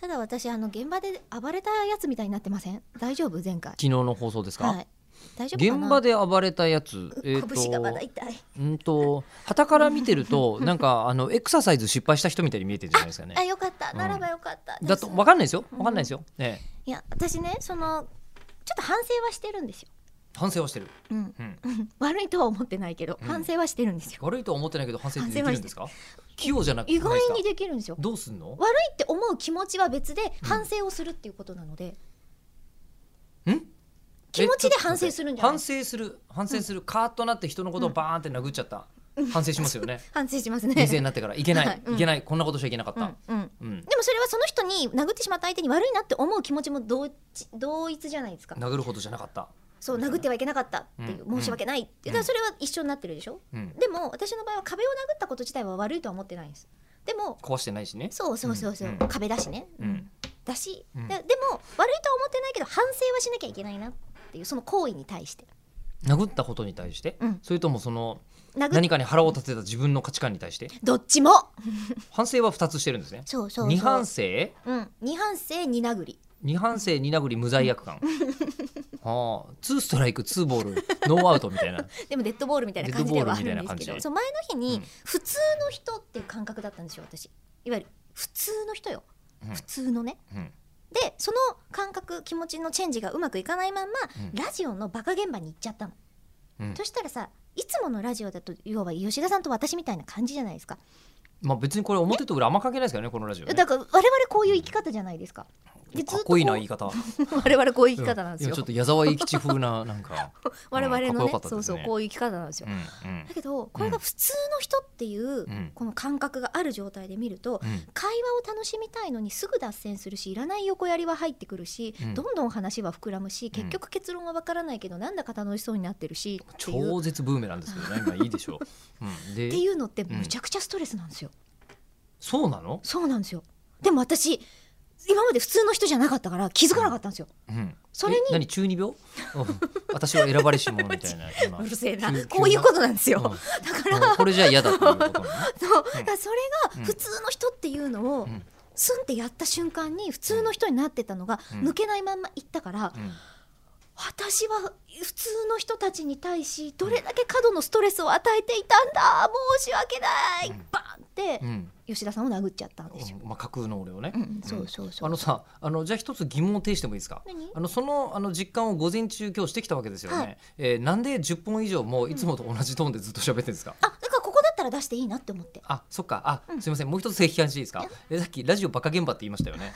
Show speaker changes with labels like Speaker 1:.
Speaker 1: ただ私あの現場で暴れたやつみたいになってません大丈夫前回
Speaker 2: 昨日の放送ですか、
Speaker 1: はい大丈夫かな
Speaker 2: 現場で暴れたやつ、えー
Speaker 1: 拳がまだ痛い
Speaker 2: うんと旗から見てる となんかあのエクササイズ失敗した人みたいに見えてるじゃないですかね
Speaker 1: あ。よかった
Speaker 2: うん
Speaker 1: ならばよかった、
Speaker 2: だとわかんないですよわかんないですよ、ええ
Speaker 1: いや私ねそのちょっと反省はしてるんですよ、
Speaker 2: 反省はしてる、
Speaker 1: うん、
Speaker 2: うん、
Speaker 1: 悪いとは思ってないけど、
Speaker 2: うん
Speaker 1: 反省はしてるんですよ
Speaker 2: 悪いとは思ってないけど反省ってできるんですか器用じゃなくて
Speaker 1: 意外に
Speaker 2: で
Speaker 1: できるんですよ
Speaker 2: どうすんの
Speaker 1: 悪いって思う気持ちは別で反省をするっていうことなので、
Speaker 2: ん
Speaker 1: 気持ちで反省するんじゃない
Speaker 2: 反省する反省する、カーッとなって人のことをバーンって殴っちゃった、反省します よね
Speaker 1: 反省しますね
Speaker 2: 人生になってからいけない、
Speaker 1: はい
Speaker 2: い
Speaker 1: うん
Speaker 2: けないこんなことしちゃいけなかっ
Speaker 1: うん、う
Speaker 2: た
Speaker 1: ん、でも
Speaker 2: うん、
Speaker 1: それはその人に殴ってしまった相手に悪いなって思う気持ちも同一同一じゃないですか
Speaker 2: 殴るほどじゃなかった、
Speaker 1: そう殴ってはいけなかったっていう、
Speaker 2: うん
Speaker 1: 申し訳ないっていう
Speaker 2: うん
Speaker 1: だからそれは一緒になってるでしょ、
Speaker 2: うん、
Speaker 1: でも私の場合は壁を殴ったこと自体は悪いとは思ってないんですでも
Speaker 2: 壊してないしね
Speaker 1: そうそうそうそう、
Speaker 2: うん
Speaker 1: 壁だしね、
Speaker 2: うん
Speaker 1: だし、
Speaker 2: うん
Speaker 1: だでも悪いとは思ってないけど反省はしなきゃいけないなっていうその行為に対して
Speaker 2: 殴ったことに対して、
Speaker 1: うん
Speaker 2: それともその
Speaker 1: 殴っ
Speaker 2: 何かに腹を立てた自分の価値観に対して
Speaker 1: どっちも
Speaker 2: 反省は2つしてるんですね
Speaker 1: そうそうそう
Speaker 2: 二反省
Speaker 1: うん、二反省二殴り
Speaker 2: 二反省二殴り無 罪悪感はあツーストライクツーボールノーアウトみたいな
Speaker 1: でもデッドボールみたいな感じではあ
Speaker 2: デ
Speaker 1: るん
Speaker 2: ッドボールみたいな
Speaker 1: で
Speaker 2: 感
Speaker 1: す
Speaker 2: じ
Speaker 1: けどそう前の日
Speaker 2: う
Speaker 1: に
Speaker 2: ん
Speaker 1: 普通の人っていう感覚だったんですよ私いわゆる普通の人よ、
Speaker 2: うん
Speaker 1: 普通のね
Speaker 2: うん
Speaker 1: でその感覚気持ちのチェンジがうまくいかないまんま、
Speaker 2: うん
Speaker 1: ラジオのバカ現場に行っちゃったの、
Speaker 2: うん
Speaker 1: そしたらさいつものラジオだと要は吉田さんと私みたいな感じじゃないですか
Speaker 2: まあ別にこれ表と裏あんま関係ないですからねこのラジオね
Speaker 1: だから我々こういう生き方じゃないですかで
Speaker 2: かっこいいな言い
Speaker 1: ずっ
Speaker 2: 方
Speaker 1: とこう我々こういう生き方なんです
Speaker 2: 今
Speaker 1: よ
Speaker 2: ちょっと矢沢永吉風なな んか
Speaker 1: 我々
Speaker 2: うんか
Speaker 1: の
Speaker 2: っこよ
Speaker 1: ね
Speaker 2: かったです
Speaker 1: そ
Speaker 2: ね
Speaker 1: うそうこういう生き方なんですよ
Speaker 2: うんうん
Speaker 1: だけどこれが普通の人っていう、
Speaker 2: うん
Speaker 1: この感覚がある状態で見ると、
Speaker 2: うん
Speaker 1: 会話を楽しみたいのにすぐ脱線するしいらない横やりは入ってくるし、
Speaker 2: うん
Speaker 1: どんどん話は膨らむし結局結論はわからないけど、なんだか楽しそうになってるしっていうっ
Speaker 2: 超絶ブーメランですけどね今いいでしょう、うん、で
Speaker 1: ていうのってむちゃくちゃストレスなんですよ、
Speaker 2: そうなの、
Speaker 1: そうなんですよでも私今まで普通の人じゃなかったから気づかなかったんですよ、
Speaker 2: うん、
Speaker 1: それに
Speaker 2: え何中 二病、うん私は選ばれし者みたいな今
Speaker 1: うるせえな
Speaker 2: 急
Speaker 1: こういうことなんですよ、
Speaker 2: うん
Speaker 1: だか
Speaker 2: 急
Speaker 1: ら、
Speaker 2: なうんこれじゃ嫌だっていうことなのね
Speaker 1: そう
Speaker 2: うん
Speaker 1: だからそれが普通の人っていうのを、
Speaker 2: うん
Speaker 1: スンってやった瞬間に普通の人になってたのが
Speaker 2: うん
Speaker 1: 抜けないまんまいったから、私は普通の人たちに対しどれだけ過度のストレスを与えていたんだ申し訳ない、
Speaker 2: うん
Speaker 1: バーンって
Speaker 2: うん、うん
Speaker 1: 吉田さんを殴っちゃったんですよ。
Speaker 2: まあ、架空の俺をね、
Speaker 1: うんそうそうそう
Speaker 2: あのさあのじゃあ一つ疑問を呈してもいいですか
Speaker 1: 何
Speaker 2: あのそのあの実感を午前中今日してきたわけですよね、
Speaker 1: はい
Speaker 2: えーなんで10本以上もいつもと同じトーンでずっと喋ってるんですか、
Speaker 1: あだからここだったら出していいなって思って
Speaker 2: あそっかあ、
Speaker 1: うん
Speaker 2: すいませんもう一つ正規感していいですか
Speaker 1: い
Speaker 2: えさっきラジオバカ現場って言いましたよね